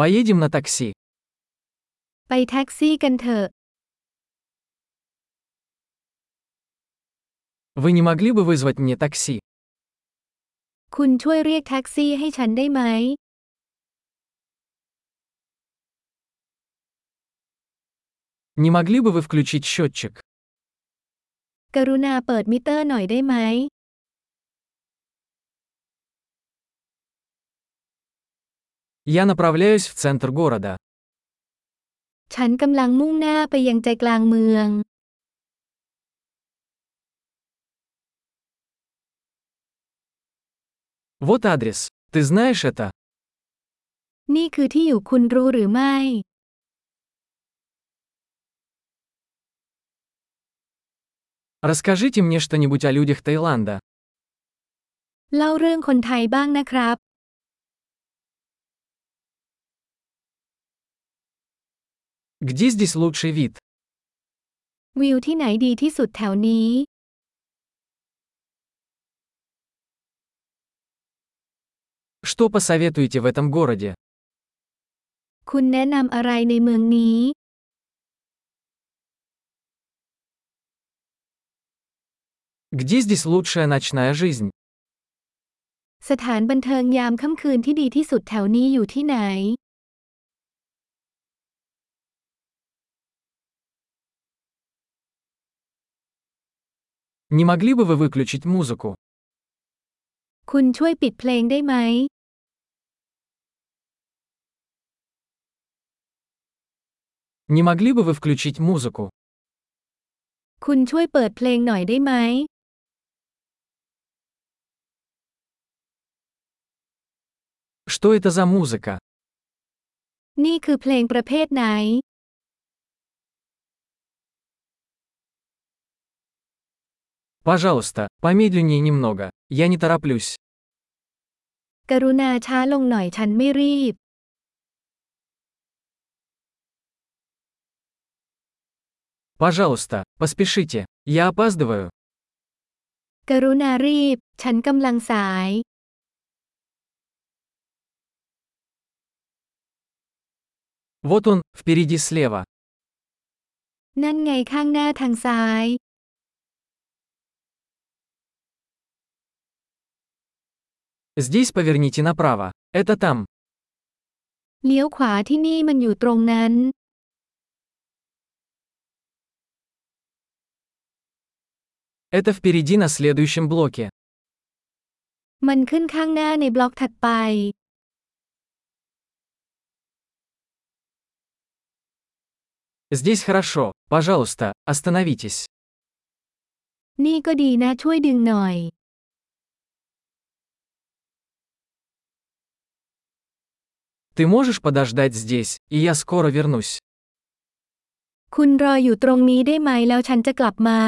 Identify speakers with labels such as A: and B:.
A: Поедем на такси.
B: ไปแท็กซี่กันเถอะ
A: Вы не могли бы вызвать мне такси?
B: คุณช่วยเรียกแท็กซี่ให้ฉันได้ไหม
A: Не могли бы вы включить счетчик?
B: กรุณาเปิดมิเตอร์หน่อยได้ไหม
A: Я направляюсь в центр города.
B: ฉันกำลังมุ่งหน้าไปยังใจกลางเมือง
A: Вот адрес. Ты знаешь это?
B: นี่คือที่อยู่คุณรู้หรือไม่
A: Расскажите мне что-нибудь о людях Таиланда.
B: เล่าเรื่องคนไทยบ้างนะครับ
A: Где здесь лучший вид?
B: วิวที่ไหนดีที่สุดแถวนี้
A: Что посоветуете в этом городе?
B: คุณแนะนำอะไรในเมืองนี้
A: Где здесь лучшая ночная жизнь?
B: สถานบันเทิงยามค่ำคืนที่ดีที่สุดแถวนี้อยู่ที่ไหน
A: Не могли бы вы выключить музыку?
B: คุณช่วยปิดเพลงได้ไหม
A: Не могли бы вы включить музыку?
B: คุณช่วยเปิดเพลงหน่อยได้ไหม
A: Что это за музыка?
B: นี่คือเพลงประเภทไหน
A: Пожалуйста, помедленнее немного. Я не тороплюсь.
B: กรุณาช้าลงหน่อยฉันไม่รีบ
A: Пожалуйста, поспешите. Я опаздываю.
B: กรุณารีบ ฉันกำลังสาย
A: Вот он, впереди слева.
B: นั่นไงข้างหน้าทางซ้าย
A: Здесь поверните направо. Это там.
B: เลี้ยวขวาที่นี่มันอยู่ตรงนั้น
A: Это впереди на следующем блоке.
B: มันขึ้นข้างหน้าในบล็อกถัดไป
A: Здесь хорошо. Пожалуйста, остановитесь.
B: นี่ก็ดีนะช่วยดึงหน่อย
A: Ты можешь подождать здесь, и я скоро вернусь.
B: คุณรออยู่ตรงนี้ได้ไหมแล้วฉันจะกลับมา